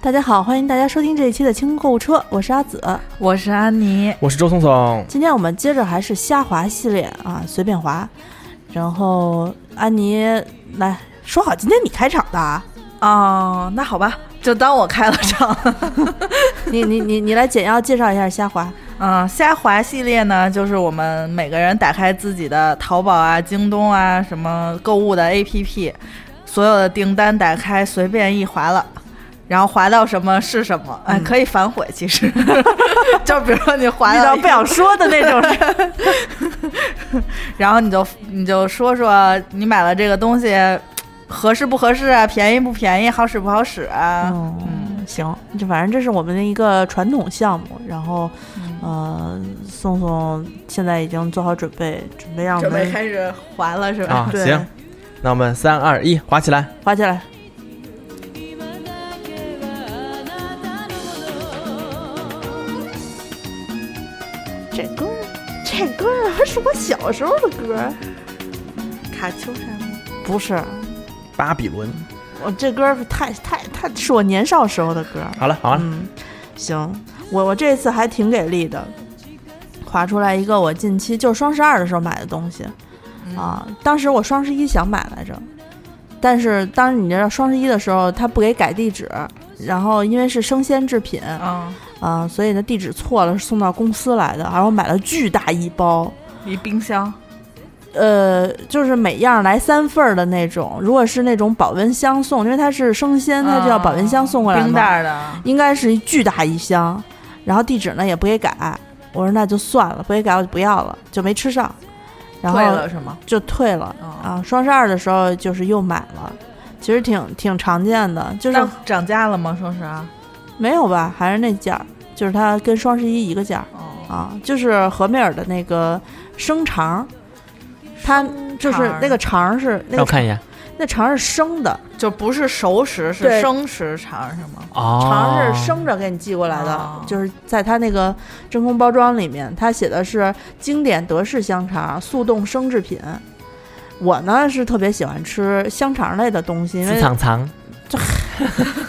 大家好，欢迎大家收听这一期的清空购物车，我是阿紫。我是安妮，我是周松松，今天我们接着还是瞎滑系列啊，随便滑。然后安妮来说好，今天你开场的啊，哦，那好吧，就当我开了场。 你你你你来简要介绍一下瞎滑。嗯，虾滑系列呢，就是我们每个人打开自己的淘宝啊、京东啊什么购物的 APP，所有的订单打开随便一划了。然后划到什么是什么，哎，可以反悔。其实，就比如说你划嗯遇到到一不想说的那 种，然后你就你就说说你买了这个东西合适不合适啊，便宜不便宜，好使不好使啊。嗯，行，这反正这是我们的一个传统项目。然后，呃，宋宋现在已经做好准备，准备让我准备们开始划了是吧？啊，哎对行，那我们三二一，滑起来！滑起来。今だけはあなたのもの这歌，这歌还是我小时候的歌，卡秋莎吗？不是，巴比伦，我这歌儿太太太是我年少时候的歌儿。好了，啊好了，嗯，行，我我这次还挺给力的，划出来一个我近期就双十二的时候买的东西、嗯啊。当时我双十一想买来着，但是当时你知道双十一的时候他不给改地址，然后因为是生鲜制品嗯，啊，所以呢地址错了，是送到公司来的，然后我买了巨大一包。一冰箱。呃，就是每样来三份儿的那种。如果是那种保温箱送，因为它是生鲜，它就要保温箱送过来嘛。啊冰袋儿的，应该是一巨大一箱，然后地址呢也不给改。我说那就算了，不给改我就不要了，就没吃上，然后退了是吗？就退了哦啊。双十二的时候就是又买了，其实挺挺常见的，就是那涨价了吗？双啊十二？没有吧，还是那价儿，就是它跟双十一一个价儿哦，啊，就是和美尔的那个生肠，它就是那个肠是那让我个看一眼，那肠是生的，就不是熟食，对是生食肠是吗？哦，肠是生着给你寄过来的，哦就是在它那个真空包装里面，它写的是经典德式香肠速冻生制品。我呢是特别喜欢吃香肠类的东西，因私为藏藏，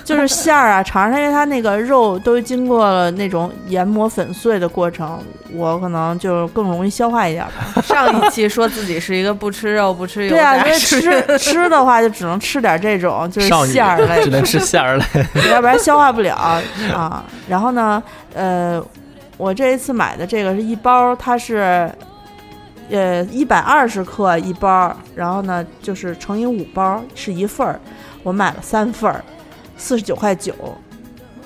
就是馅儿啊、肠儿，它因为它那个肉都经过了那种研磨粉碎的过程，我可能就更容易消化一点儿吧。上一期说自己是一个不吃肉、不吃油对啊，因炸为食品，吃吃的话就只能吃点这种就是少女馅儿类只能吃 馅儿了。要不然消化不了啊。然后呢，呃，我这一次买的这个是一包，它是呃一百二十克一包，然后呢就是乘以五包是一份儿，我买了三份儿，四十九块九，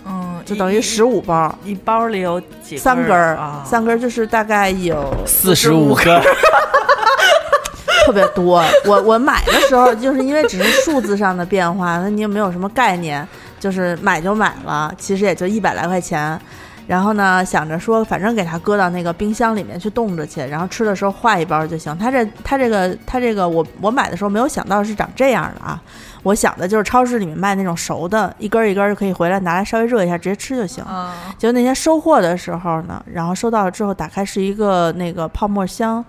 嗯， 就等于一十。五包。一包里有几三根儿儿啊？，三根儿就是大概有四十五个，特别多。我我买的时候就是因为只是数字上的变化，那你也没有什么概念，就是买就买了，其实也就一百来块钱。然后呢，想着说反正给它搁到那个冰箱里面去冻着去，然后吃的时候化一包就行。它这它这个它这个我我买的时候没有想到是长这样的啊，我想的就是超市里面卖那种熟的，一根儿一根儿就可以回来拿来稍微热一下直接吃就行。嗯，结果那天收货的时候呢，然后收到了之后，打开是一个那个泡沫箱，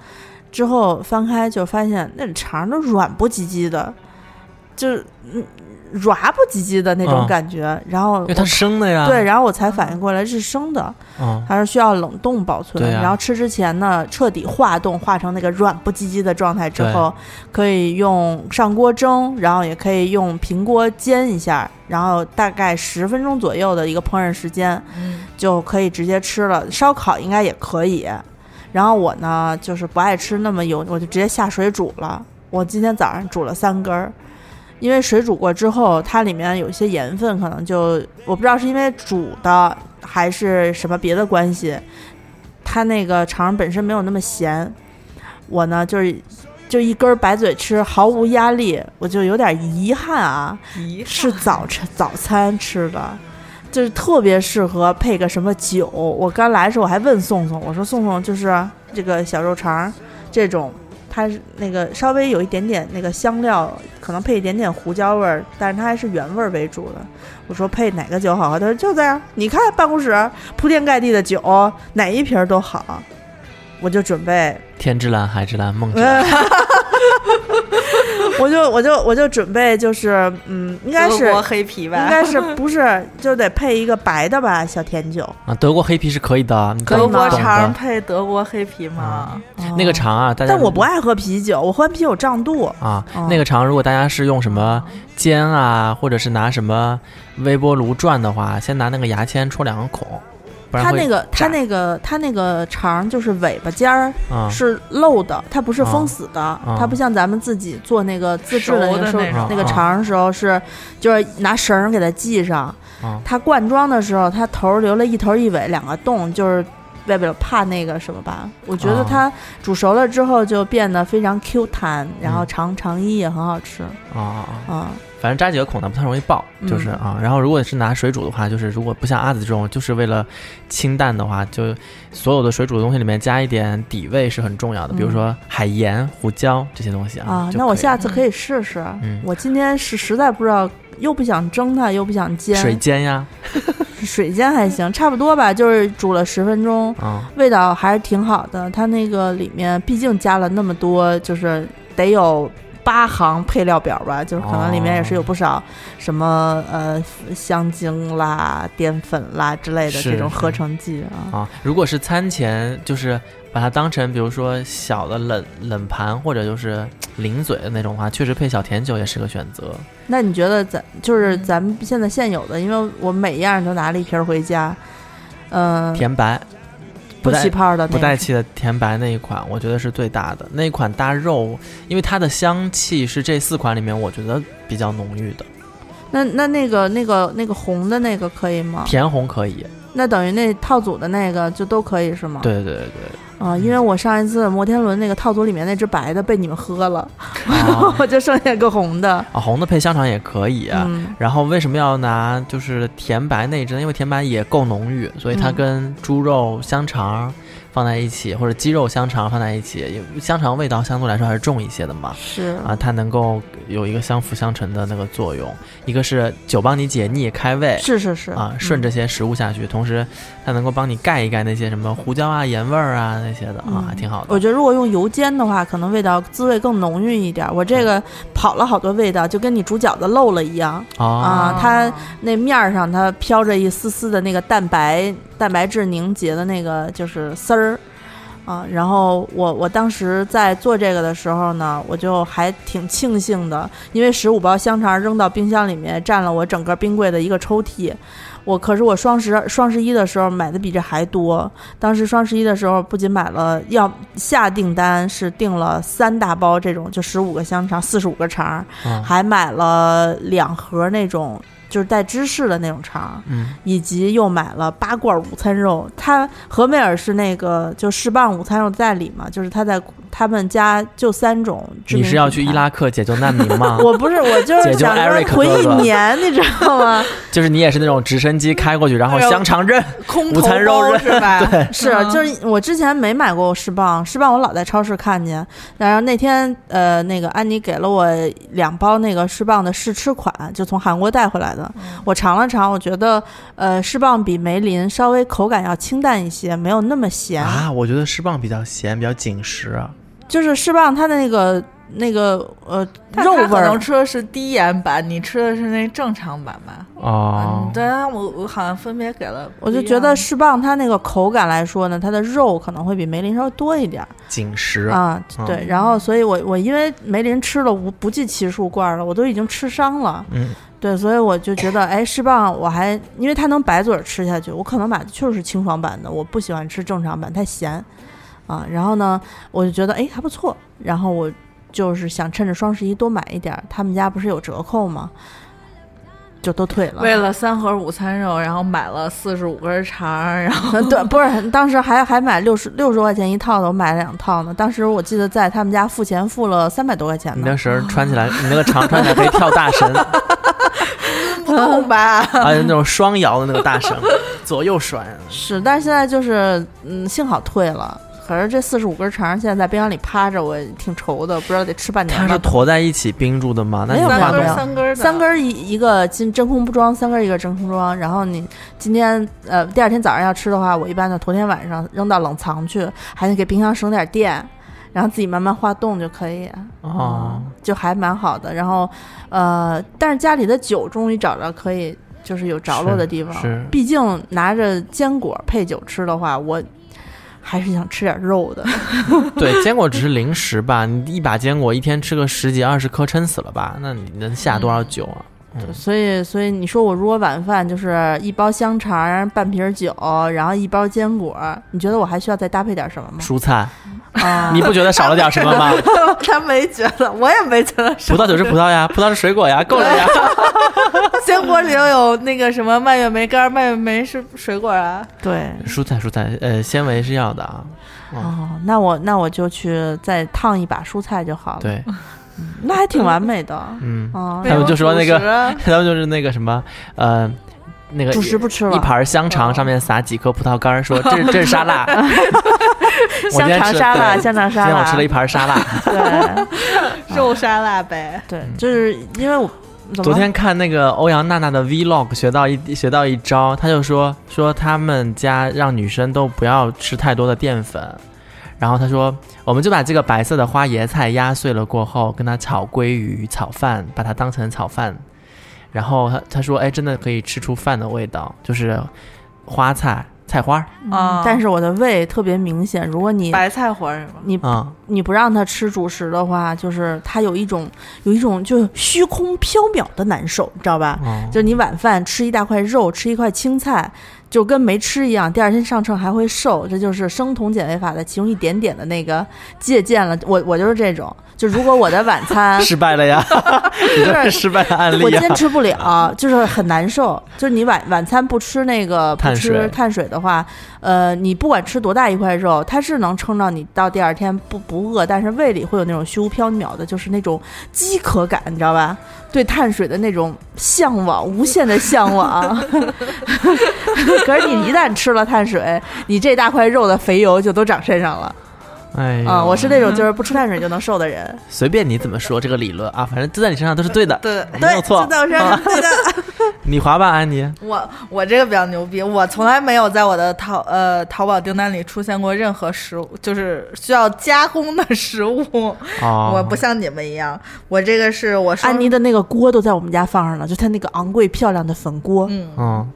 之后翻开就发现那肠都软不唧唧的，就是嗯软不唧唧的那种嗯感觉。然后因为它是啊生的呀。对，，然后我才反应过来这是生的，嗯，它是需要冷冻保存。对啊然后吃之前呢，彻底化冻，化成那个软不唧唧的状态之后，可以用上锅蒸，然后也可以用平锅煎一下，然后大概十分钟左右的一个烹饪时间。就可以直接吃了。烧烤应该也可以。然后我呢，就是不爱吃那么油，我就直接下水煮了。我今天早上煮了三根儿，因为水煮过之后，它里面有一些盐分，可能就我不知道是因为煮的还是什么别的关系，它那个肠本身没有那么咸。我呢，就是就一根儿白嘴吃，毫无压力，我就有点遗憾啊。咦，是早晨早餐吃的，就是特别适合配个什么酒。我刚来的时候我还问宋宋，我说宋宋就是这个小肉肠儿这种，它是那个稍微有一点点那个香料，可能配一点点胡椒味儿，但是它还是原味儿为主的。我说配哪个酒好喝？啊他说就这样，你看办公室铺天盖地的酒，哪一瓶儿都好。我就准备天之蓝，海之蓝，梦之蓝，嗯， 我就我就我就准备就是嗯，应该是德国黑啤吧，应该是不是就得配一个白的吧？小甜酒，啊，德国黑啤是可以的，你德懂国的肠配德国黑啤吗？那个肠啊，大家但我不爱喝啤酒，我喝啤酒胀肚。啊哦，那个肠如果大家是用什么煎啊，或者是拿什么微波炉转的话，先拿那个牙签戳两个孔，不然它会那个它炸那个它那个肠就是尾巴尖儿啊是漏的，它不是封死的，它不像咱们自己做那个自制的那个时熟候的那种啊那个肠的时候是就是拿绳儿给它系上啊。它灌装的时候，它头儿留了一头一尾两个洞，就是为了怕那个什么吧。我觉得啊它煮熟了之后就变得非常 Q 弹，然后嗯肠肠衣也很好吃。啊啊，啊嗯，反正扎几个孔呢不太容易爆，就是嗯啊。然后如果是拿水煮的话，就是如果不像阿紫这种，就是为了清淡的话，就所有的水煮的东西里面加一点底味是很重要的，比如嗯说海盐、胡椒这些东西啊。啊，就那我可以下次可以试试。嗯我今天是实在不知道，又不想蒸它，又不想煎，水煎呀，水煎还行，差不多吧，就是煮了十分钟，啊味道还是挺好的。它那个里面毕竟加了那么多，就是得有。八行配料表吧，就是可能里面也是有不少什么、哦呃香精啦、淀粉啦之类的是这种是合成剂啊。啊。如果是餐前，就是把它当成比如说小的冷冷盘或者就是零嘴的那种的话，确实配小甜酒也是个选择。那你觉得咱就是咱们现在现有的，因为我每一样都拿了一瓶儿回家，嗯、甜白，不不带起泡的那不个带气的甜白那一款，我觉得是最大的。那一款搭肉，因为它的香气是这四款里面我觉得比较浓郁的。那那那个那个那个红的那个可以吗？甜红可以，那等于那套组的那个就都可以是吗？对对对 对啊、因为我上一次摩天轮那个套组里面那只白的被你们喝了，对。啊 我就剩下个红的。啊，红的配香肠也可以、啊嗯，然后为什么要拿就是甜白那一只呢？因为甜白也够浓郁，所以它嗯跟猪肉香肠放在一起，或者鸡肉香肠放在一起，因为香肠味道相对来说还是重一些的嘛。是啊，它能够有一个相辅相成的那个作用，一个是酒帮你解腻开胃，是是是嗯啊，顺这些食物下去，同时它能够帮你盖一盖那些什么胡椒啊、盐味儿啊那些的啊，还挺好嗯我的。觉得如果用油煎的话，可能味道滋味更浓郁一点儿。我嗯这个跑了好多味道，就跟你煮饺子漏了一样。啊啊它那面儿上它飘着一丝丝的那个蛋白蛋白质凝结的那个就是丝儿。啊，然后我我当时在做这个的时候呢，我就还挺庆幸的，因为十五包香肠扔到冰箱里面，占了我整个冰柜的一个抽屉。我可是我双十双十一的时候买的比这还多，当时双十一的时候不仅买了要下订单是订了三大包这种，就十五个香肠，四十五个肠儿，啊还买了两盒那种就是带芝士的那种肠，嗯以及又买了八罐午餐肉。它和美尔是那个就世棒午餐肉代理嘛，就是他在他们家就三种知名品你牌。是要去伊拉克解救难民吗 ？我不是，我就是解救想 Eric 说回哥忆哥年，你知道吗？就是你也是那种直升机开过去，然后哎呦香肠扔，空午头餐肉包肉是 吧？对，是，就是我之前没买过世棒，世棒我老在超市看见。然后那天呃，那个安妮给了我两包那个世棒的试吃款，就从韩国带回来嗯的。我尝了尝，我觉得呃，世棒比梅林稍微口感要清淡一些，没有那么咸。啊，我觉得湿棒比较咸，比较紧实啊。就是世棒它的那个那个呃但肉他味可儿能，吃的是低盐版，你吃的是那正常版吧？哦嗯，，对，我我好像分别给了不我一样的，就觉得世棒它那个口感来说呢，它的肉可能会比梅林稍微多一点。紧实。啊，嗯对，然后所以我我因为梅林吃了无不计其数罐了，我都已经吃伤了，嗯，对，所以我就觉得，哎，释棒我还因为它能白嘴儿吃下去，我可能买的就是清爽版的，我不喜欢吃正常版，太咸啊。然后呢，我就觉得哎还不错，然后我就是想趁着双十一多买一点儿，他们家不是有折扣吗？就都退了，为了三盒午餐肉，然后买了四十五根肠，然后嗯， 对，不是，当时还还买六十六十块钱一套的，我买了两套呢。当时我记得在他们家付钱付了三百多块钱你呢。那绳儿穿起来，你那个肠穿起来可以跳大 绳啊，不动吧？那种双摇的那个 大绳，左右甩。是，但是现在就是，嗯，幸好退了。可是这四十五根肠现在在冰箱里趴着，我挺愁的，不知道得吃半年它是吧。坨在一起冰住的吗？那你没有化三根没有儿冻三根儿的三根儿一一个真真空不装，三根儿一个真空装。然后你今天呃第二天早上要吃的话，我一般就头天晚上扔到冷藏去，还得给冰箱省点电。然后自己慢慢化冻就可以了，哦，就还蛮好的。然后，呃，但是家里的酒终于找着可以就是嗯有着落的地方，是毕竟拿着坚果配酒吃的话，我还是想吃点肉 的。 对，坚果只是零食吧，你一把坚果一天吃个十几二十颗，撑死了吧？那你能下多少酒啊？嗯所以，所以你说我如果晚饭就是一包香肠、半瓶酒，然后一包坚果，你觉得我还需要再搭配点什么吗？蔬菜，啊、 你不觉得少了点什么 吗？ 他没觉得，我也没觉得葡萄酒是葡 萄呀，葡萄是水果呀，够了呀。坚果里头有那个什么蔓越莓干儿，蔓越莓是水果啊。对。蔬菜，蔬菜，呃，纤维是要的啊。哦，那我那我就去再烫一把蔬菜就好了，对，那还挺完美的。嗯，哦，他们就说那美国主个食啊他们就是那个什么，呃，那个主食不吃了，一盘香肠上面撒几颗葡萄干儿，说这是这是沙拉。我香今天肠吃沙拉，对香肠今 沙天我拉，吃了一盘沙拉。对肉沙拉呗。对，就是因为我怎么昨天看那个欧阳娜娜的 Vlog，学到一学到一招，她就说说他们家让女生都不要吃太多的淀粉，然后她说我们就把这个白色的花椰菜压碎了过后，跟它炒鲑鱼、炒饭，把它当成炒饭，然后她她说哎，真的可以吃出饭的味道，就是花菜菜花儿嗯啊但是我的胃特别明显，如果你白菜花是吗？你啊、你不让他吃主食的话，就是他有一种有一种就虚空缥缈的难受，你知道吧？嗯，就你晚饭吃一大块肉，吃一块青菜，就跟没吃一样，第二天上秤还会瘦，这就是生酮减肥法的其中一点点的那个借鉴了。我我就是这种，就如果我的晚餐失败 了呀，你这是失败的案例啊我呀坚。持不了，就是很难受。就是你晚晚餐不吃那个不碳吃水碳水的话，呃，你不管吃多大一块肉，它是能撑到你到第二天不不饿，但是胃里会有那种虚无缥缈的，就是那种饥渴感，你知道吧？对碳水的那种向往，无限的向往。 可是你一旦吃了碳水，你这大块肉的肥油就都长身上了哎啊、呦我是那种就是不吃碳水就能瘦的人。随便你怎么说这个理论啊，反正都在你身上都是对的。对没有错就在我身上。 对的，你滑吧，安妮。我我这个比较牛逼，我从来没有在我的淘呃淘宝订单里出现过任何食物，就是需要加工的食物。哦，我不像你们一样，我这个是我安生妮的那个锅都在我们家放上了，就她那个昂贵漂亮的粉锅，嗯，嗯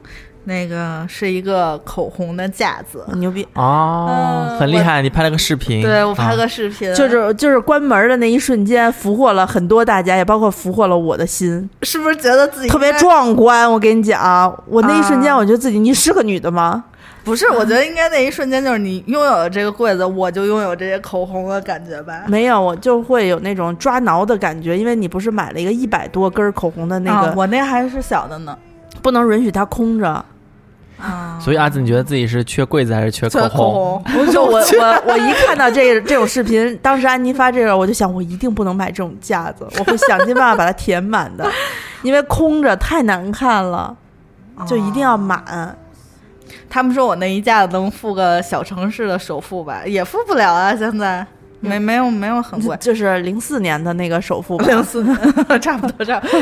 那个是一个口红的架子。牛逼！哦嗯，很厉害，你拍了个视频。对我拍啊个视频，就是就是关门的那一瞬间，俘获了很多大家，也包括俘获了我的心，是不是觉得自己特别应该壮观。我跟你讲，我那一瞬间，啊我觉得自己你是个女的吗？不是，我嗯觉得应该那一瞬间就是你拥有了这个柜子，我就拥有这些口红的感觉吧。没有，我就会有那种抓挠的感觉，因为你不是买了一个一百多根口红的那啊个，我那还是小的呢。不能允许它空着。嗯啊，所以阿紫，你觉得自己是缺柜子还是缺缺口口红？红， 不是我我我一看到这这种视频，当时安妮发这个，我就想我一定不能买这种架子，我会想尽办法把它填满的，因为空着太难看了，就一定要满。，他们说我那一架子能付个小城市的首付吧，也付不了啊，现在没没有没有很贵就是零四年的那个首付吧，零四差不多差不多。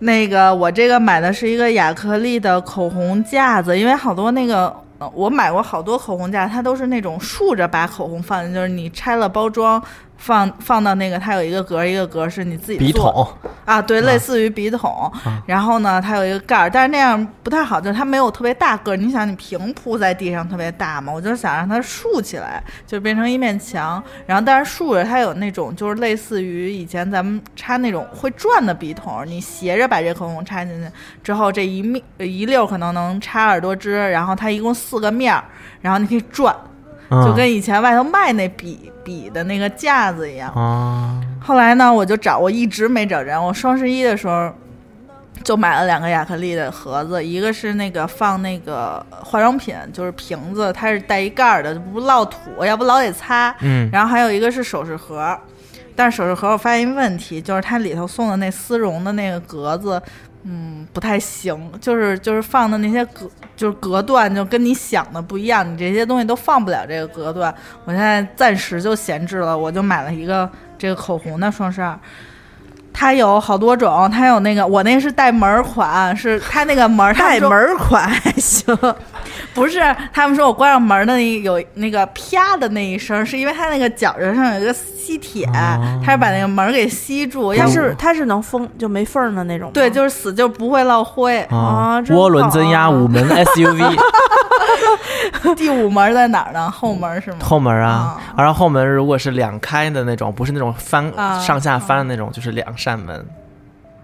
那个我这个买的是一个亚克力的口红架子，因为好多那个。呃我买过好多口红架，它都是那种竖着把口红放进，就是你拆了包装，放放到那个它有一个格儿一个格儿是你自己笔做的筒啊，对，类似于笔筒，然后呢，它有一个盖儿，但是那样不太好，就是它没有特别大个儿。你想，你平铺在地上特别大嘛，我就是想让它竖起来，就变成一面墙。然后，但是竖着它有那种就是类似于以前咱们插那种会转的笔筒，你斜着把这口红插进去之后，这一面一溜儿可能能插耳朵支，然后它一共四个面儿，然后你可以转，嗯就跟以前外头卖那笔笔的那个架子一样。啊，后来呢，我就找，我一直没找着。我双十一的时候就买了两个亚克力的盒子，一个是那个放那个化妆品，就是瓶子，它是带一盖儿的，就不落土，要不老得擦。嗯，然后还有一个是首饰盒，但是首饰盒我发现一问题，就是它里头送的那丝绒的那个格子，嗯，不太行，就是就是放的那些格就是隔断就跟你想的不一样，你这些东西都放不了这个隔断。我现在暂时就闲置了，我就买了一个这个口红的双十二。它有好多种，它有那个我那是带门儿款，是它那个 门儿带门，他们儿款还 行，说不是他们说我关上门儿的那有那个啪的那一声，是因为它那个脚趾上有一个吸铁，哦它是把那个门儿给吸住，要它不是它是能封就没缝儿的那种吗，嗯对就是死就不会落灰。哦啊真哦涡轮增压好啊五门 SUV 第五门儿在哪儿呢？后门儿是吗？后门啊，嗯然后后门如果是两开的那种，不是那种翻啊上下翻的那种，就是两扇门。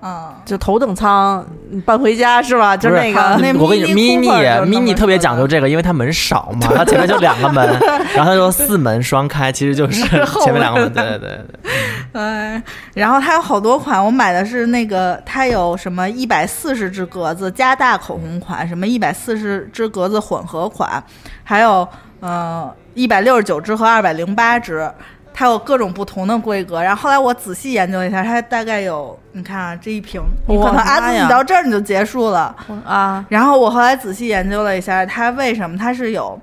嗯，就头等舱你搬回家是吧？就不是那啊个那我跟你 Mini Cooper mini 就是那么 mini 特别讲究这个，因为它门少 嘛，它前面就两个门，然后他说四门双开，其实就是后前面两个门。门对对对对，嗯，然后它有好多款，我买的是那个，它有什么一百四十只格子加大口红款，什么一百四十只格子混合款，还有嗯一百六十九只和二百零八只，它有各种不同的规格。然后后来我仔细研究一下，它大概有你看啊这一瓶，你可能哇啊妈呀你到这儿你就结束了。啊，然后我后来仔细研究了一下，它为什么它是有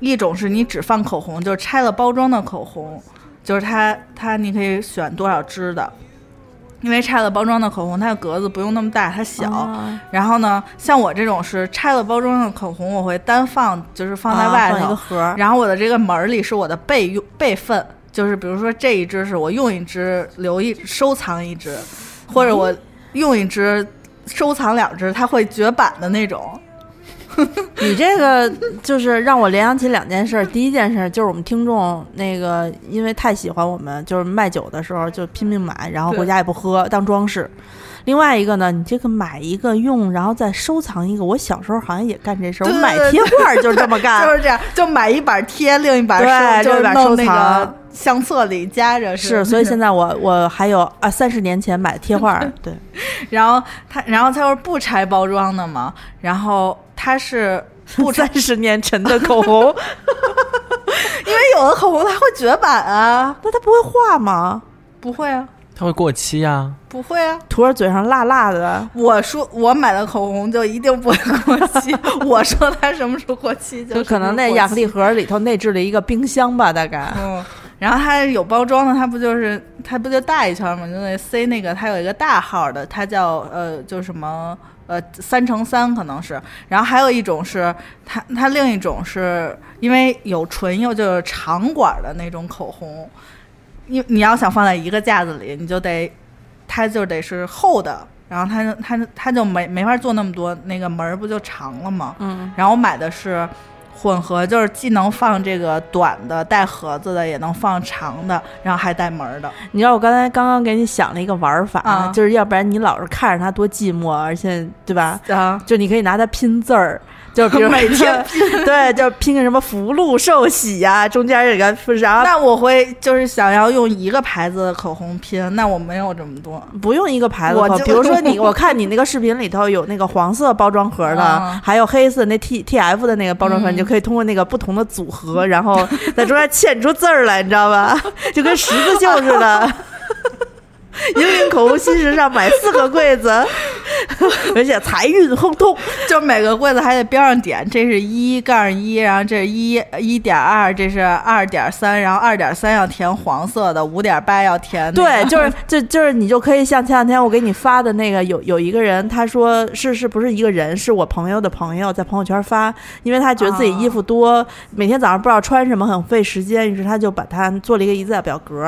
一种是你只放口红，就是拆了包装的口红，就是它它你可以选多少支的，因为拆了包装的口红它的格子不用那么大，它小。啊然后呢，像我这种是拆了包装的口红，我会单放，就是放在啊外放一头。个盒儿，然后我的这个门儿里是我的备用备份，就是比如说这一支是我用一支留一收藏一支，或者我用一支收藏两支，它会绝版的那种。你这个就是让我联想起两件事儿。第一件事儿就是我们听众那个，因为太喜欢我们，就是卖酒的时候就拼命买，然后对回家也不喝，当装饰。另外一个呢，你这个买一个用，然后再收藏一个。我小时候好像也干这事儿，我对对买对贴画儿就是这么干。就是这样，就买一板贴，另一板对啊收，就另一是板弄收那个藏相册里夹着是，所以现在我我还有啊，三十年前买贴画 儿，对，然后他，然后他又是不拆包装的嘛，然后他是不拆三十年前的口 红，因为有的口红它会绝版啊，那它不会画吗？不会啊，它会过期啊。不会啊。涂着嘴上辣辣的，我说我买的口红就一定不会过 期，我说它什么时候过期就就可能那什么时候过期亚克力盒里头内置了一个冰箱吧，大概。嗯，然后它有包装的，它不就是它不就大一圈嘛，就得塞那个，它有一个大号的，它叫呃，就什么呃三乘三可能是，然后还有一种是它它另一种是因为有唇釉，就是长管的那种口红，你你要想放在一个架子里，你就得它就得是厚的。然后它就它就它就没没法做那么多，那个门儿不就长了吗？嗯，然后我买的是混合，就是既能放这个短的带盒子的，也能放长的，然后还带门儿的。你知道我刚才刚刚给你想了一个玩法，啊就是要不然你老是看着它多寂寞，而且对吧？啊，就你可以拿它拼字儿，就比如 每天对，就拼个什么福禄寿喜呀、中间有个然后那我会就是想要用一个牌子的口红拼，那我没有这么多。 不用一个牌子我口就比如说 你，我看你那个视频里头有那个黄色包装盒的，啊还有黑色那 T T F 的那个包装盒，嗯你就可以通过那个不同的组合，然后在中间嵌出字儿来，你知道吧？ 就跟十字绣似 的。引领口红新时尚，买四个柜 子，而且财运亨通。就每个柜子还得标上点，这是一杠一，然后这是一一点二，这是二点三，然后二点三要填黄色的，五点八要填、对， 就是就就是你就可以像前两天我给你发的那个，有有一个人他说是是不是一个人，是我朋友的朋友在朋友圈发，因为他觉得自己衣服多，哦每天早上不知道穿什么很费时间，于是他就把它做了一个仪表表格，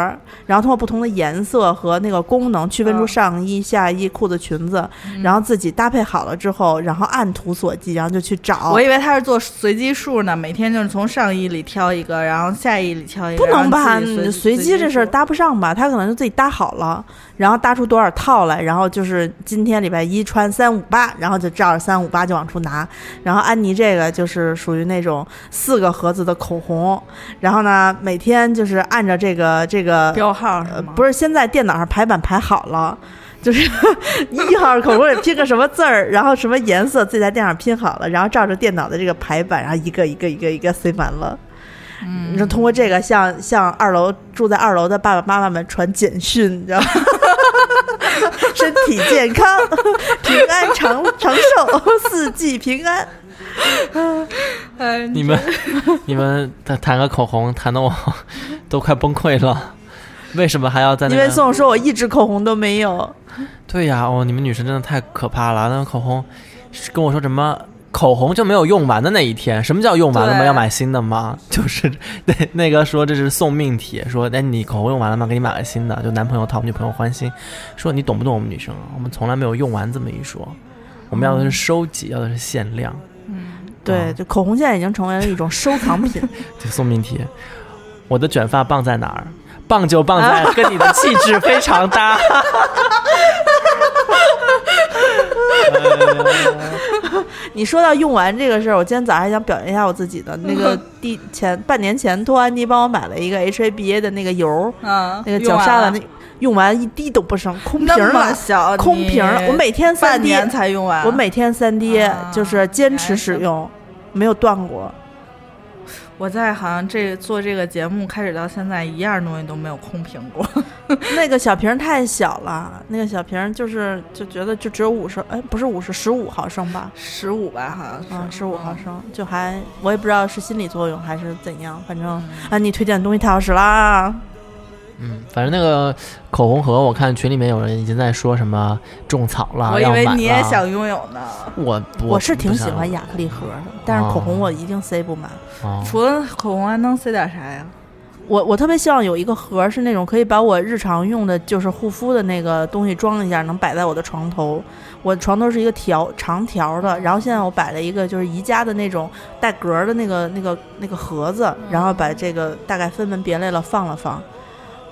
然后通过不同的颜色和那个功能区分出嗯上衣、下衣、裤子、裙子，然后自己搭配好了之后，然后按图索骥，然后就去找哦我。以为他是做随机数呢，每天就是从上衣里挑一个，然后下衣里挑一个，不能吧？然后自己你随随机这事儿数搭不上吧？他可能就自己搭好了，然后搭出多少套来，然后就是今天礼拜一穿三五八，然后就照着三五八就往出拿。然后安妮这个就是属于那种四个盒子的口红，然后呢每天就是按照这个这个标号是呃，吗？不是现在电脑上排版排好了。 就是一号口红里拼个什么字儿，然后什么颜色，自己在电脑上拼好了，然后照着电脑的这个排版，然后一个一个一个一个塞满了。你说通过这个向向二楼住在二楼的爸爸妈妈们传简讯，你知道 吗？身体健康，平安长长寿，四季平 安。 你们你们谈个口红，谈的我都快崩溃了。为什么还要在那因边？为宋说我一支口红都没有，对呀、哦，你们女生真的太可怕了。那个口红是跟我说什么？口红就没有用完的那一天，什么叫用完了吗？对要买新的吗？ 就是那那个说这是送命题，说哎你口红用完了吗？给你买个新的，就男朋友讨女朋友欢心。说你懂不懂我们女生啊？我们从来没有用完这么一说，我们要的是收集，要的是限量。对，就口红现在已经成为了一种收藏品。这送命题，我的卷发棒在哪儿？棒就棒在跟你的气质非常搭。呃你说到用完这个事儿，我今天早上还想表扬一下我自己的那 个第前半年前，托安迪帮我买了一个 HABA 的那个油儿，嗯，那个用角完鲨的了那用完一滴都不剩，空瓶那儿么了，小，空你瓶儿。我每天三半 D，年才用完，我每天三 D 啊就是坚持使用，没有断过。我在好像这做这个节目开始到现在，一样东西都没有空瓶过。那个小瓶儿太小了，那个小瓶儿就是就觉得就只有五十，哎，不是五十，十五毫升吧？ 十五吧，好啊像，是十五嗯毫升，就还我也不知道是心理作用还是怎样，反正嗯安妮推荐的东西太好使啦。嗯，反正那个口红盒，我看群里面有人已经在说什么种草了，我以要为买你也了想拥有呢。我我是挺喜欢养，亚克力盒的，但是口红我一定塞不满。哦除了口红还能塞点啥呀？我我特别希望有一个盒儿是那种可以把我日常用的就是护肤的那个东西装一下，能摆在我的床头。我床头是一个条长条的，然后现在我摆了一个就是宜家的那种带格儿的那个那个那个盒子，嗯然后把这个大概分门别类了放了放。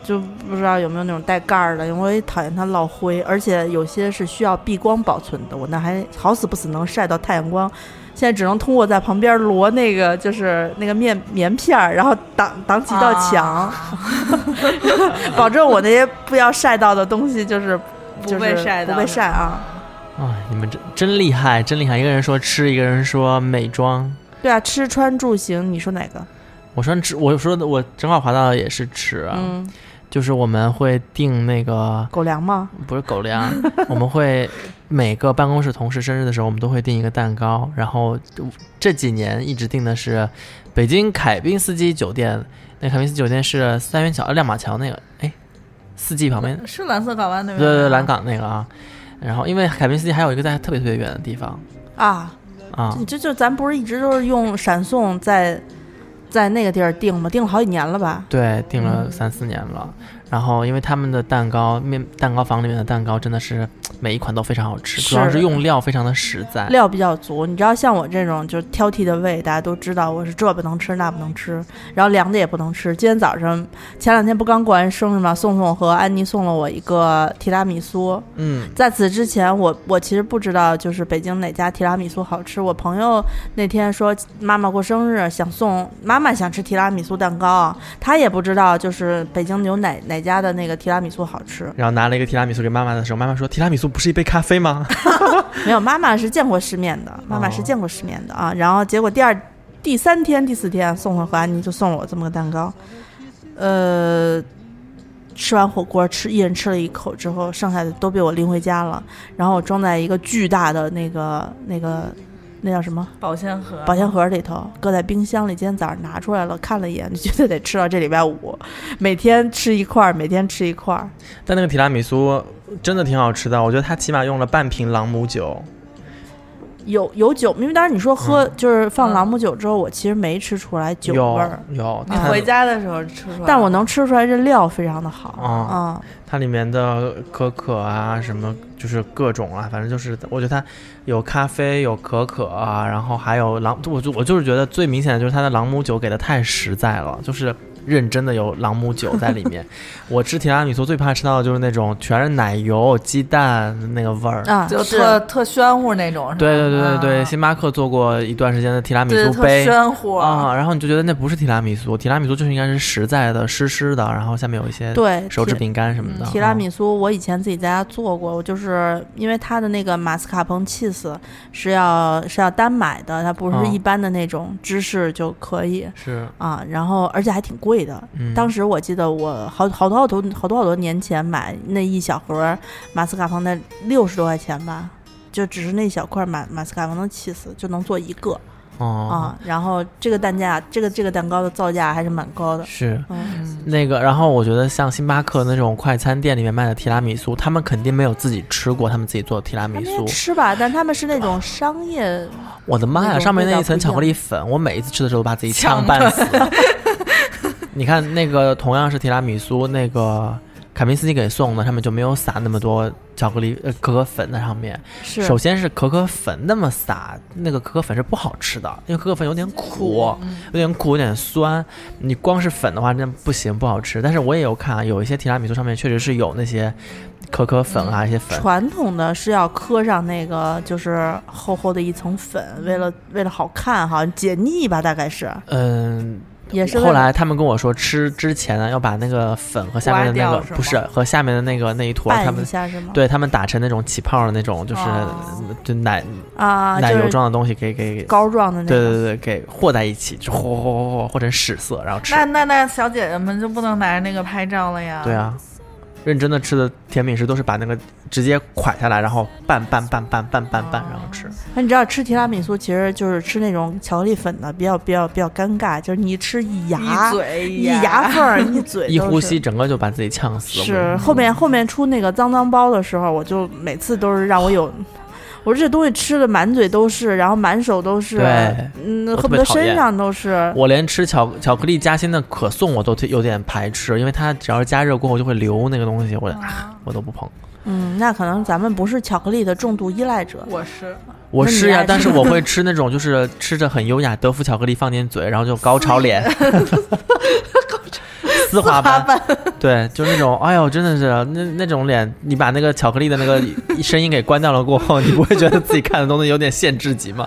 就不知道有没有那种带盖儿的，因为我也讨厌它落灰，而且有些是需要避光保存的，我那还好死不死能晒到太阳光，现在只能通过在旁边摞那个就是那个面棉片儿，然后挡挡几道啊墙， 保证我那些不要晒到的东西就是不被晒到就是不被晒啊。哎，你们真真厉害，真厉害！一个人说吃，一个人说美妆。对啊，吃穿住行，你说哪个？我说吃，我说的我正好滑到的也是吃啊，嗯，就是我们会订那个狗粮吗？不是狗粮，我们会每个办公室同事生日的时候，我们都会订一个蛋糕。然后这几年一直订的是北京凯宾斯基酒店，那凯宾斯基酒店是三元桥呃亮马桥那个，哎，四季旁边，是蓝色港湾那对边吗？对对，蓝港那个啊。然后因为凯宾斯基还有一个在特别特别远的地方啊，啊，你这就咱不是一直都是用闪送在在那个地儿订吗？订了好几年了吧？对，订了三四年了。然后，因为他们的蛋糕面蛋糕房里面的蛋糕真的是每一款都非常好吃，主要是是用料非常的实在。料比较足，你知道像我这种就是挑剔的胃，大家都知道我是这不能吃那不能吃，然后凉的也不能吃。今天早上前两天不刚过完生日吗？宋宋和安妮送了我一个提拉米苏。嗯，在此之前我，我其实不知道就是北京哪家提拉米苏好吃。我朋友那天说妈妈过生日想送妈妈想吃提拉米苏蛋糕，她也不知道就是北京有哪哪家的那个提拉米苏好吃。然后拿了一个提拉米苏给妈妈的时候，妈妈说：“提拉米苏不是一杯咖啡吗 没有，妈妈是见过世面的，妈妈是见过世面的啊。然后结果第二、第三天、第四天，宋宋和安妮就送了我这么个蛋糕。呃，吃完火锅吃一人吃了一口之后，剩下的都被我拎回家了。然后我装在一个巨大的那个那个那叫什么保鲜盒。保鲜盒里头，搁在冰箱里。今天早上拿出来了，看了一眼，就觉得得吃到这礼拜五，每天吃一块儿，每天吃一块儿。？”但那个提拉米苏真的挺好吃的，我觉得它起码用了半瓶朗姆酒。有有酒，因为当时你说喝、就是放朗姆酒之后，我其实没吃出来酒味有儿，嗯有，你它回家的时候吃出来，但我能吃出来这料非常的好啊啊、它里面的可可啊，什么就是各种啊，反正就是我觉得它有咖啡，有可可啊，然后还有朗，我就我就是觉得最明显的就是它的朗姆酒给的太实在了，就是认真的有朗姆酒在里面。我吃提拉米苏最怕吃到的就是那种全是奶油、鸡蛋那个味儿。啊！就是特特暄乎那种。是吧对对对对嗯对，啊星巴克做过一段时间的提拉米对苏特杯，暄乎啊，然后你就觉得那不是提拉米苏，提拉米苏就是应该是实在的、湿湿的，然后下面有一些对手指提饼干什么的。提拉嗯米苏，我以前自己在家做过，我就是因为它的那个马斯卡彭 cheese 是要是要单买的，它不是嗯一般的那种芝士就可以。是，啊，然后而且还挺贵的。嗯当时我记得我好好多好多好多好多年前买那一小盒儿马斯卡彭的六十多块钱吧，就只是那小块马马斯卡彭的 cheese 就能做一个，哦，啊、然后这个蛋价，这个这个蛋糕的造价还是蛮高的。是嗯，那个，然后我觉得像星巴克那种快餐店里面卖的提拉米苏，他们肯定没有自己吃过他们自己做的提拉他米们也苏。吃吧，但他们是那种商业，我的妈那呀，种上面味那道一层不一巧克样力粉，我每一次吃的时候都把自己呛呛半死。 你看那个同样是提拉米苏，那个凯宾斯基给送的，上面就没有撒那么多巧克力呃可可粉在上面。是首先是可可粉那么撒，那个可可粉是不好吃的，因为可可粉有点苦，嗯有点苦，有点酸。你光是粉的话，那不行，不好吃。但是我也有看啊，有一些提拉米苏上面确实是有那些可可粉嗯啊，一些粉。传统的是要磕上那个就是厚厚的一层粉，为了为了好看哈，解腻吧，大概是嗯，也是为后了来他们跟我说，吃之前啊呢要把那个粉和下面的那刮个掉是吗不是和下面的那个那一坨，他拌一们下是吗？对他们打成那种起泡的那种，就是、哦就奶、啊，奶就油是状的东西给给给，对膏状的那种。对对对，给和在一起，就和和和和和成屎色，然后吃。那那那小姐姐们就不能拿着那个拍照了呀？对，啊，认真的吃的甜品是都是把那个直接垮下来，然后拌拌拌拌拌拌拌，然后吃。那你知道吃提拉米苏其实就是吃那种巧克力粉的，比较比较比较尴尬，就是你吃一牙一嘴一牙牙缝 儿一嘴 一都呼是吸，整个就把自己呛死了。是后面后面出那个脏脏包的时候，我就每次都是让我 有，我说这东西吃的满嘴都是，然后满手都是对，嗯，我特恨不别得讨厌身上都是。我连吃巧巧克力夹心的可颂我都特有点排斥，因为它只要是加热过后就会流那个东西，我、啊、我都不碰。嗯，那可能咱们不是巧克力的重度依赖者。我是我那你是呀、爱吃但是我会吃那种就是吃着很优雅德芙巧克力放进嘴，然后就高潮脸， 丝滑花般，瓣对，就那种哎呦真的是那那种脸，你把那个巧克力的那个声音给关掉了过后，你不会觉得自己看的东西有点限制级吗？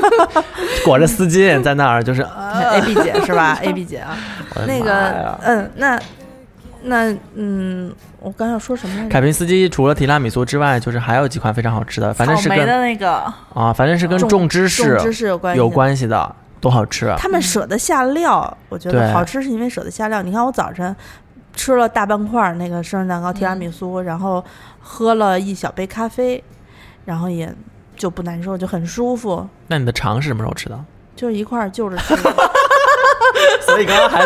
裹着丝巾在那儿就是， A B 姐是吧？A B 姐 啊，我的那妈个哎呀，嗯，那那嗯，我刚要说什么来着？凯宾斯基除了提拉米苏之外，就是还有几款非常好吃的，反正哦草是莓跟的那个，啊，反正是跟种种芝士种芝士有关系有的关系的，都好吃。他们舍得下料，我觉啊对得好吃是因为舍得下料。你看我早晨吃了大半块儿那个生日蛋糕提拉米苏，然后喝了一小杯咖啡，然后也就不难受，就很舒服，那你的肠是什么时候吃的？就是一块儿就着吃。 所以刚刚还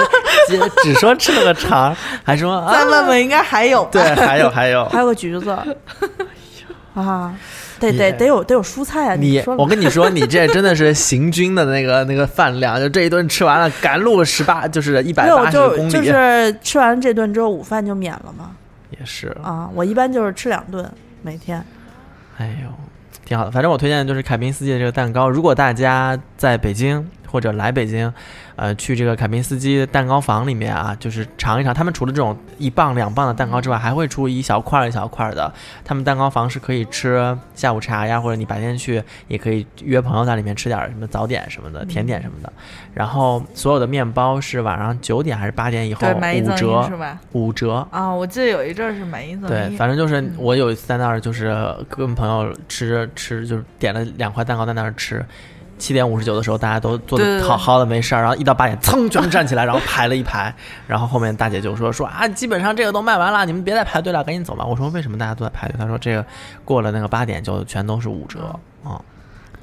只只说吃了个肠，还说啊，咱问问应该还有吧？对，还有还 有，还有个橘子，啊，得你得得有得有蔬菜啊！你说我了跟你说，你这真的是行军的那个那个饭量，就这一顿吃完了，赶路十八就是一没百有八十就公里，就是吃完这顿之后，午饭就免了嘛。也是，啊，我一般就是吃两顿每天。哎呦，挺好的。反正我推荐的就是凯宾斯基的这个蛋糕。如果大家在北京或者来北京，呃，去这个凯宾斯基蛋糕房里面啊，就是尝一尝。他们除了这种一磅两磅的蛋糕之外，还会出一小块儿一小块儿的。他们蛋糕房是可以吃下午茶呀，或者你白天去也可以约朋友在里面吃点儿什么早点什么嗯的、甜点什么的。然后所有的面包是晚上九点还是八点以后对，买一五赠一是折，吧？五折。啊，我记得有一阵儿是买一赠对，一。反正就是我有一次在那儿，就是跟朋友吃吃，就是点了两块蛋糕在那儿吃。七点五十九的时候，大家都坐对对的对好好的，没事儿。然后一到八点，噌全部站起来，然后排了一排。然后后面大姐就说说啊，基本上这个都卖完了，你们别再排队了，赶紧走吧。我说为什么大家都在排队？她说这个过了那个八点就全都是五折啊、嗯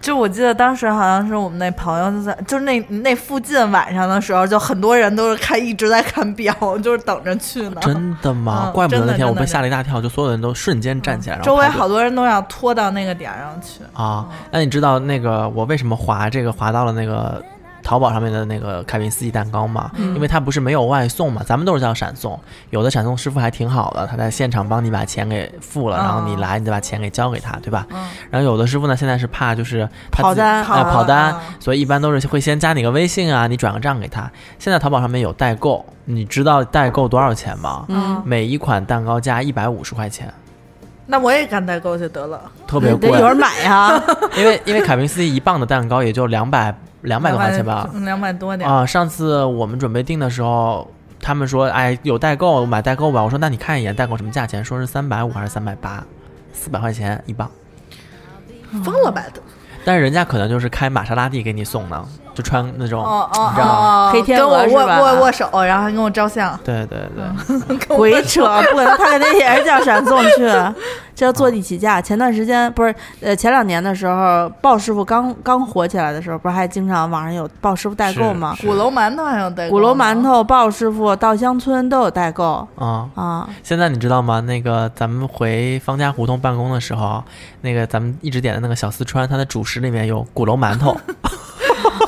就我记得当时好像是我们那朋友就在，就是那那附近晚上的时候，就很多人都是看一直在看表， 就是等着去呢。真的吗？嗯怪不得真的那天我被真的吓了一大跳，就所有人都瞬间站起来，然后周围排队好多人都要拖到那个点儿上去。啊，那你知道那个我为什么划这个划到了那个淘宝上面的那个凯宾斯基蛋糕吗？嗯因为它不是没有外送嘛，咱们都是叫闪送，有的闪送师傅还挺好的，他在现场帮你把钱给付了，然后你哦来你再把钱给交给他，对吧？嗯，然后有的师傅呢，现在是怕就是他跑自己单呃跑跑单啊，所以一般都是会先加你个微信啊，你转个账给他。现在淘宝上面有代购，你知道代购多少钱吗？嗯，每一款蛋糕加一百五十块钱，那我也干代购去得了。特别得贵。有人买啊呀。因为因为凯宾斯基一磅的蛋糕也就两百两百多块钱吧，嗯，两百多点。啊，上次我们准备订的时候，他们说哎有代购买代购吧，我说那你看一眼代购什么价钱，说是三百五还是三百八，四百块钱一磅，疯了吧都！但是人家可能就是开玛莎拉蒂给你送呢，就穿那种，哦哦你知道吗？哦，黑天鹅跟我是吧握握握手，然后还跟我照相，对对对， 鬼扯，不可能，他肯定也是叫闪送去，这要坐地起价。前段时间不是，呃，前两年的时候，鲍师傅刚刚火起来的时候，不是还经常网上有鲍师傅代购吗？是鼓楼馒头还有代购鼓楼吗馒头、鲍师傅、稻香村都有代购啊、啊。现在你知道吗？那个咱们回方家胡同办公的时候，那个咱们一直点的那个小四川，它的主食里面有鼓楼馒头，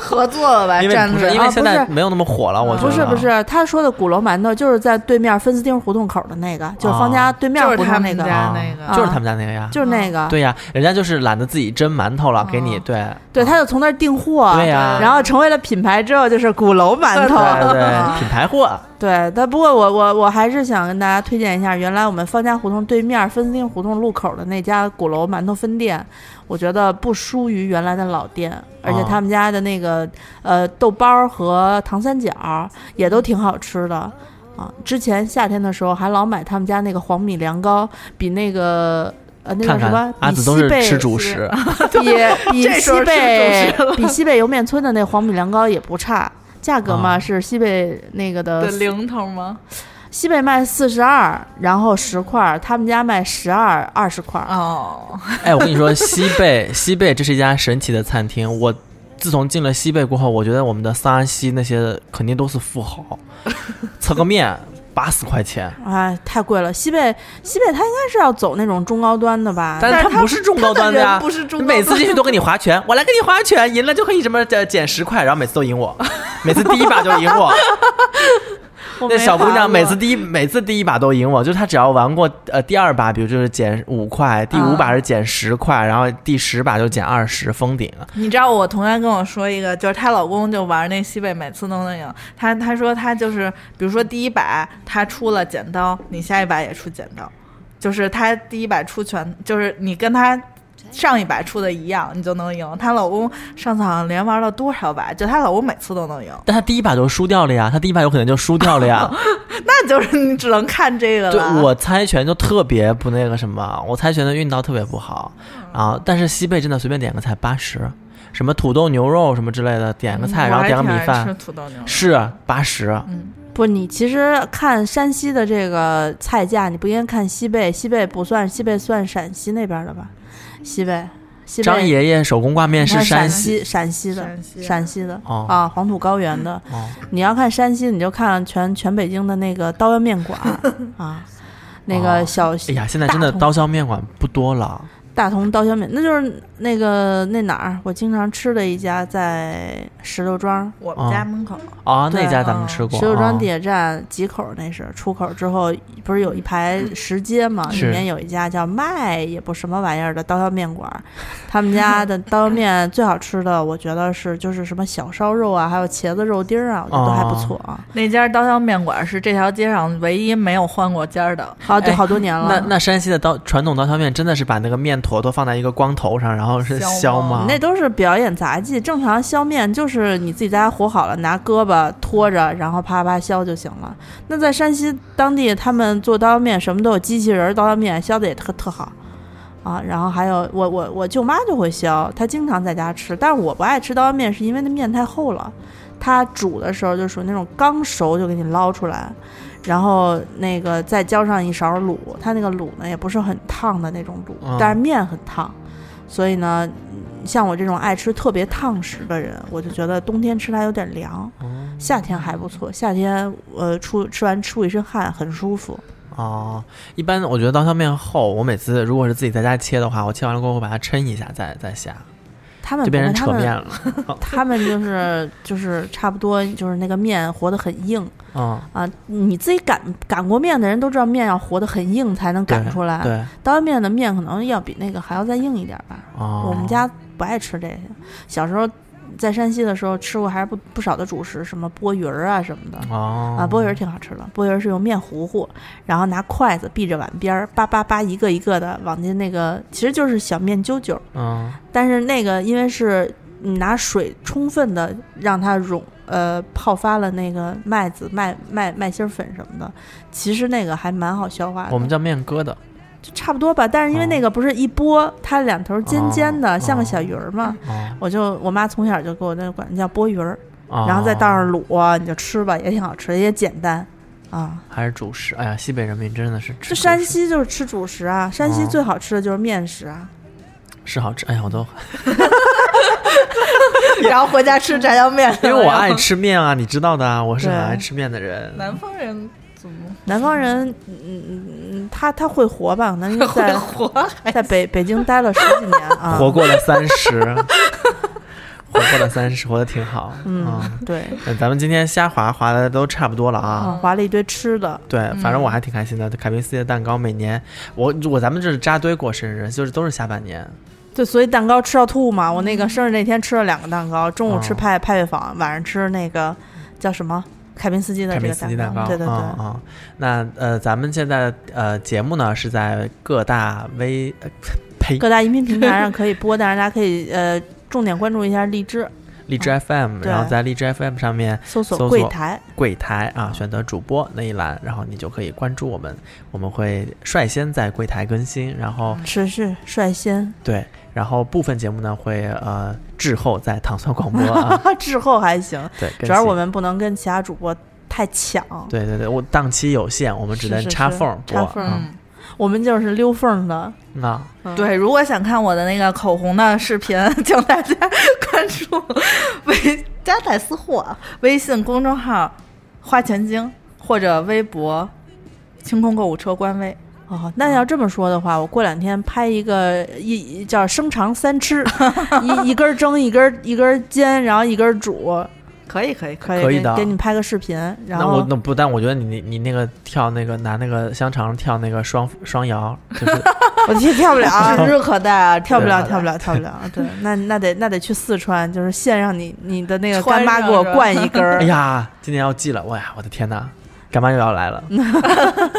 合作了吧？因为站不着是因啊为不现在是啊没有那么火了，我觉不得是不是，他说的鼓楼馒头就是在对面分斯汀胡同口的那个，就是方家对面就是胡他同那们个，家啊那个就是他们家那个呀，就是那个。对呀，人家就是懒得自己蒸馒头了，给你哦对对，他就从那儿订货，对呀然后成为了品牌之后，就是鼓楼馒头。对对，品牌货，对，但不过我我我还是想跟大家推荐一下，原来我们方家胡同对面分斯汀胡同路口的那家鼓楼馒头分店，我觉得不输于原来的老店，而啊且他们家的那个、呃豆包儿和糖三角儿也都挺好吃的。啊，之前夏天的时候还老买他们家那个黄米凉糕，比那个呃那看个什么看，阿比紫都西是贝吃主食， 比比这时候西是贝主食比西贝莜面村的那黄米凉糕也不差，价格嘛、啊是西贝那个的的零头吗？西北卖四十二，然后十块儿，他们家卖十二，二十块儿。啊哦，哎，我跟你说，西贝，西贝这是一家神奇的餐厅。我自从进了西贝过后，我觉得我们的三安西那些肯定都是富豪，测个面八十块钱，哎，太贵了！西贝，西贝它应该是要走那种中高端的吧？但但是它不是中高端的他的呀、人不是中高端每次进去都给你划拳，我来给你划拳，赢了就可以什么呃减十块，然后每次都赢我，每次第一把就赢我。我没那小姑玩娘过每次第一每次第一把都赢我，就是她只要玩过呃第二把，比如就是减五块，第五把是减十块，然后第十把就减二十，封顶。你知道我同学跟我说一个，就是她老公就玩那西贝，每次都能赢。她她说她就是，比如说第一把她出了剪刀，你下一把也出剪刀，就是她第一把出拳，就是你跟她上一把出的一样，你就能赢。她老公上次好像连玩了多少把，就她老公每次都能赢，但他第一把就输掉了呀，他第一把有可能就输掉了呀。那就是你只能看这个对了。，我猜拳就特别不那个什么，我猜拳的运道特别不好。然后，但是西贝真的随便点个菜八十，什么土豆牛肉什么之类的，点个菜，嗯我然后还点个挺米爱吃饭土豆牛肉。是啊八十。不，你其实看山西的这个菜价，你不应该看西贝，西贝不算，西贝算陕西那边儿的吧？西贝，西贝，张爷爷手工挂面你看是陕山西陕西的，陕西啊陕西的哦啊，黄土高原的。哦，你要看山西，你就看全全北京的那个刀削面馆 儿啊，那个哦小。哎呀，现在真的大同刀削面馆不多了。大同刀削面，那就是那个那哪儿，我经常吃的一家在石头庄，我们家门口，哦，对啊那家咱们哦吃过。石头庄哦地铁站几口儿那是出口之后，不是有一排石阶嘛，里是面有一家叫麦也不什么玩意儿的刀削面馆儿，他们家 的刀削面最好吃的，我觉得是就是什么小烧肉啊，还有茄子肉丁儿啊，我觉得都还不错啊，那家刀削面馆是这条街上唯一没有换过家儿的。好对哎好多年了。那那山西的刀传统刀削面真的是把那个面坨坨放在一个光头上，然后是削吗削吗？那都是表演杂技，正常削面就是你自己在家和好了，拿胳膊托着，然后啪啪削就行了。那在山西当地，他们做刀削面什么都有机器人儿刀削面，削的也特特好啊。然后还有我我我舅妈就会削，她经常在家吃，但是我不爱吃刀削面，是因为那面太厚了，它煮的时候就属于那种刚熟就给你捞出来。然后那个再浇上一勺卤，它那个卤呢也不是很烫的那种卤，嗯但是面很烫，所以呢，像我这种爱吃特别烫食的人，我就觉得冬天吃它有点凉，夏天还不错。夏天呃出吃完出一身汗很舒服。哦，一般我觉得刀削面厚，我每次如果是自己在家切的话，我切完了过后会把它抻一下再再下，他们就不变会成他扯面们了。 他们就是 就是差不多就是那个面和得很硬嗯，啊，你自己擀擀过面的人都知道面要和得很硬才能擀对出来。对，刀削面的面可能要比那个还要再硬一点吧。哦，我们家不爱吃这些，小时候在山西的时候吃过还是不不少的主食，什么钵盂儿啊什么的。哦啊，钵盂儿挺好吃的。钵盂儿是用面糊糊，然后拿筷子闭着碗边儿，叭叭叭一个一个的往进那个，其实就是小面啾啾。嗯但是那个因为是你拿水充分的让它溶，呃，泡发了那个麦子、麦麦麦芯儿粉什么的，其实那个还蛮好消化的。我们叫面疙瘩，就差不多吧。但是因为哦那个不是一剥，它两头尖尖的，哦像个小鱼儿嘛。哦，我就我妈从小就给我那管叫剥鱼儿，哦然后在道上卤，啊你就吃吧，也挺好吃，也简单啊。还是主食。哎呀，西北人民真的是吃这主山食西就是吃主食啊，山西哦最好吃的就是面食啊。是好吃。哎呀，我都，然后回家吃炸酱 面因为我爱吃面啊，你知道的啊，我是很对爱吃面的人。南方人怎么南方人，嗯嗯嗯，他他会活吧？可能是在活？在北北京待了十几年啊。活过了三 十，活过了三十，活得挺好。嗯，嗯，对，那咱们今天瞎划划的都差不多了啊。嗯，划了一堆吃的，对，反正我还挺开心的。凯宾斯基的蛋糕每年，我我咱们这是扎堆过生日，就是都是下半年。对，所以蛋糕吃到吐嘛。我那个生日那天吃了两个蛋糕，中午哦吃派派味坊，晚上吃那个叫什么凯宾斯基的凯这宾个斯基蛋糕，对对对，嗯嗯那呃，咱们现在呃节目呢是在各大微，呃呸，各大音频平台上可以播，但是大家可以呃重点关注一下荔枝，荔枝 FM，、对然后在荔枝 FM 上面搜搜索索柜台，柜台啊，嗯选择主播那一栏，然后你就可以关注我们，我们会率先在柜台更新，然后持啊续率先， 对，然后部分节目呢会呃滞后在糖蒜广播 啊，滞后还行，对，更主要是新我们不能跟其他主播太抢，对对对，我档期有限，我们只是能是插是缝儿播。插缝儿嗯嗯，我们就是溜缝的，啊，嗯对，如果想看我的那个口红的视频， 请大家关注微加载私货微信公众号“花钱精”或者微博“清空购物车”官微。哦，啊那要这么说的话，我过两天拍一个一叫生肠三 吃，一一根儿蒸，一根儿一根儿煎，然后一根儿煮，可以，可以，可可以。，以可以给的给你拍个视频，然 那我后那不，但我觉得你你你那个跳那个拿那个香肠跳那个双双摇，就是 我跳跳不了 指是日可待啊！跳不了，指日跳可待不了，跳不了。对，那那得那得去四川，就是现让你你的那个干穿妈上给我是吧灌一根儿 哎，呀，今年要记了，哇呀，我的天呐，干妈又要来了，嗯哎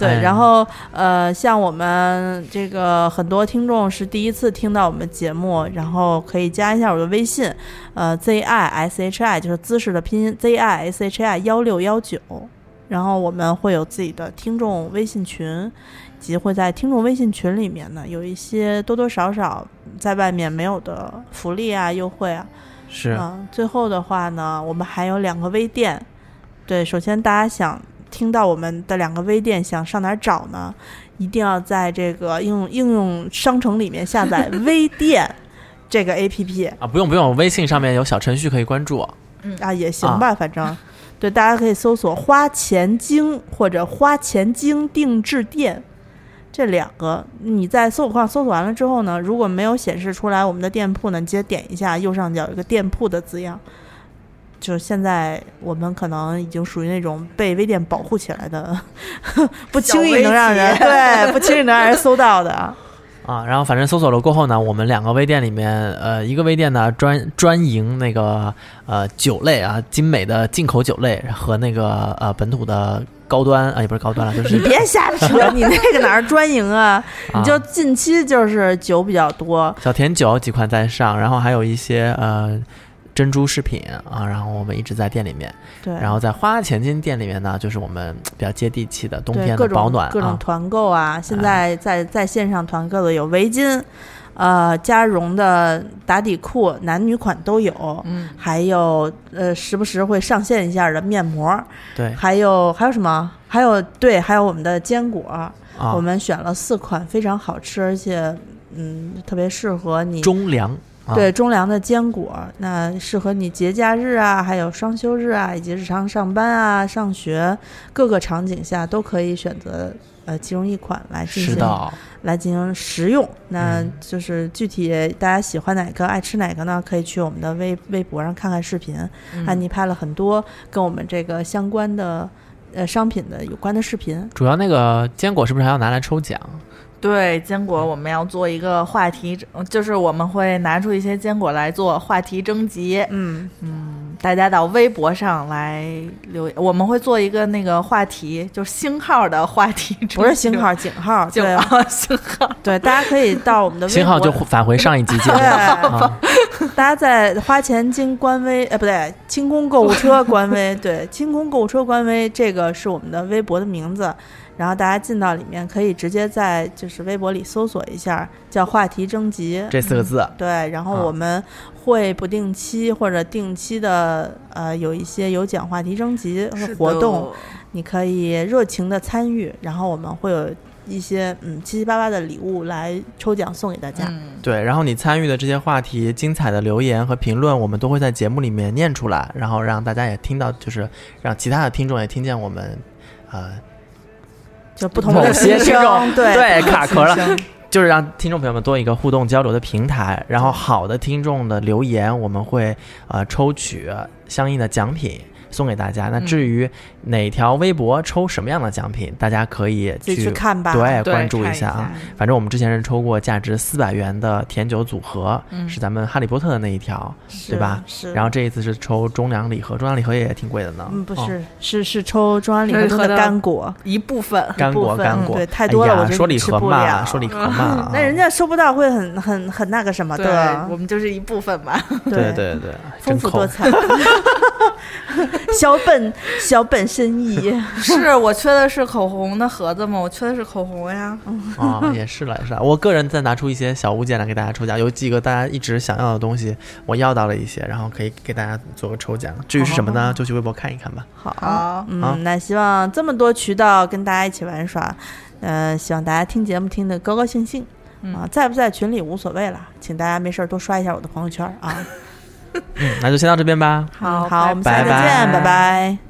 对，然后呃，像我们这个很多听众是第一次听到我们节目，然后可以加一下我的微信，呃，z i s h i 就是姿势的拼音 z i s h i 幺六幺九，然后我们会有自己的听众微信群，以及会在听众微信群里面呢有一些多多少少在外面没有的福利啊、优惠啊，是嗯，最后的话呢，我们还有两个微店。对，首先大家想听到我们的两个微店，想上哪儿找呢？一定要在这个应用应用商城里面下载微店这个 APP 啊，不用不用，微信上面有小程序可以关注我，啊，也行吧，反正。对，大家可以搜索“花钱精”或者“花钱精定制店”这两个。你在搜索框搜索完了之后呢，如果没有显示出来我们的店铺呢，你记得点一下右上角有一个店铺的字样。就现在，我们可能已经属于那种被微店保护起来的， 不轻易能让人小对，不轻易能让人搜到的啊。啊，然后反正搜索了过后呢，我们两个微店里面，呃，一个微店呢专专营那个呃酒类啊，精美的进口酒类和那个呃本土的高端啊，也不是高端 了，就是你别瞎扯，你那个哪儿专营 啊？你就近期就是酒比较多，小甜酒几款在上，然后还有一些呃珍珠饰品啊，然后我们一直在店里面，对，然后在花钱金店里面呢，就是我们比较接地气的冬对天各的种保暖各种啊，团购啊，现在在在线上团购的有围巾，呃，加绒的打底裤，男女款都有，嗯，还有呃，时不时会上线一下的面膜，对还有还有什么？还有对，还有我们的坚果，啊我，们选了四款非常好吃，而且嗯，特别适合你。中粮啊，对中粮的坚果，那适合你节假日啊，还有双休日啊，以及日常上班啊、上学各个场景下都可以选择呃其中一款来进是行的，来进行食用。那嗯就是具体大家喜欢哪个、爱吃哪个呢？可以去我们的微微博上看看视频，嗯安妮拍了很多跟我们这个相关的呃商品的有关的视频。主要那个坚果是不是还要拿来抽奖？对坚果，我们要做一个话题，就是我们会拿出一些坚果来做话题征集，嗯，大家到微博上来留言，我们会做一个那个话题，就是星号的话题征集，不是星 号，井号，井 对号，啊星号，对，大家可以到我 们的微星号博就返回上一集节目对啊，大家在花钱经官微，呃，不对，清 空购物车官微，对，清空购物车官微，这个是我们的微博的名字。然后大家进到里面可以直接在就是微博里搜索一下，叫话题征集。这四个字，对，然后啊我们会不定期或者定期的，呃，有一些有奖话题征集和活动，你可以热情的参与，然后我们会有一些嗯七七八八的礼物来抽奖送给大家。嗯，对，然后你参与的这些话题、精彩的留言和评论，我们都会在节目里面念出来，然后让大家也听到，就是让其他的听众也听见我们，呃，就不同的某心些听声，众对对卡壳哎 了心声就是让听众朋友们多一个互动交流的平台。然后好的听众的留言，我们会呃抽取相应的奖品送给大家。那至于哪条微博抽什么样的奖品，大家可以自己去看吧。对对关注看一一下啊。反正我们之前是抽过价值四百元的甜酒组合，嗯是咱们哈利波特的那一条。是，对吧是，然后这一次是抽中粮礼盒，中粮礼盒也挺贵的呢。嗯，不哦啊是，是是抽中央礼盒中的干果，一部分干部果，分干果，对太多了哎呀我觉得说礼吃盒不嘛，了嗯说礼盒嘛，啊 那人家收不到会很很很那个什么对我的，啊们就是一部分吧。对对对，丰真富抠 多。彩， 小本小本生意， 是我缺的是口红的盒子吗？我缺的是口红呀。啊、也是了，也是了。我个人再拿出一些小物件来给大家抽奖，有几个大家一直想要的东西，我要到了一些，然后可以给大家做个抽奖。至于是什么哦呢？就去微博看一看吧。好好嗯，那希望这么多渠道跟大家一起玩耍，嗯、希望大家听节目听得高高兴兴。嗯啊，在不在群里无所谓了，请大家没事儿多刷一下我的朋友圈啊。嗯，那就先到这边吧。嗯好，好，我们下拜次拜见，拜拜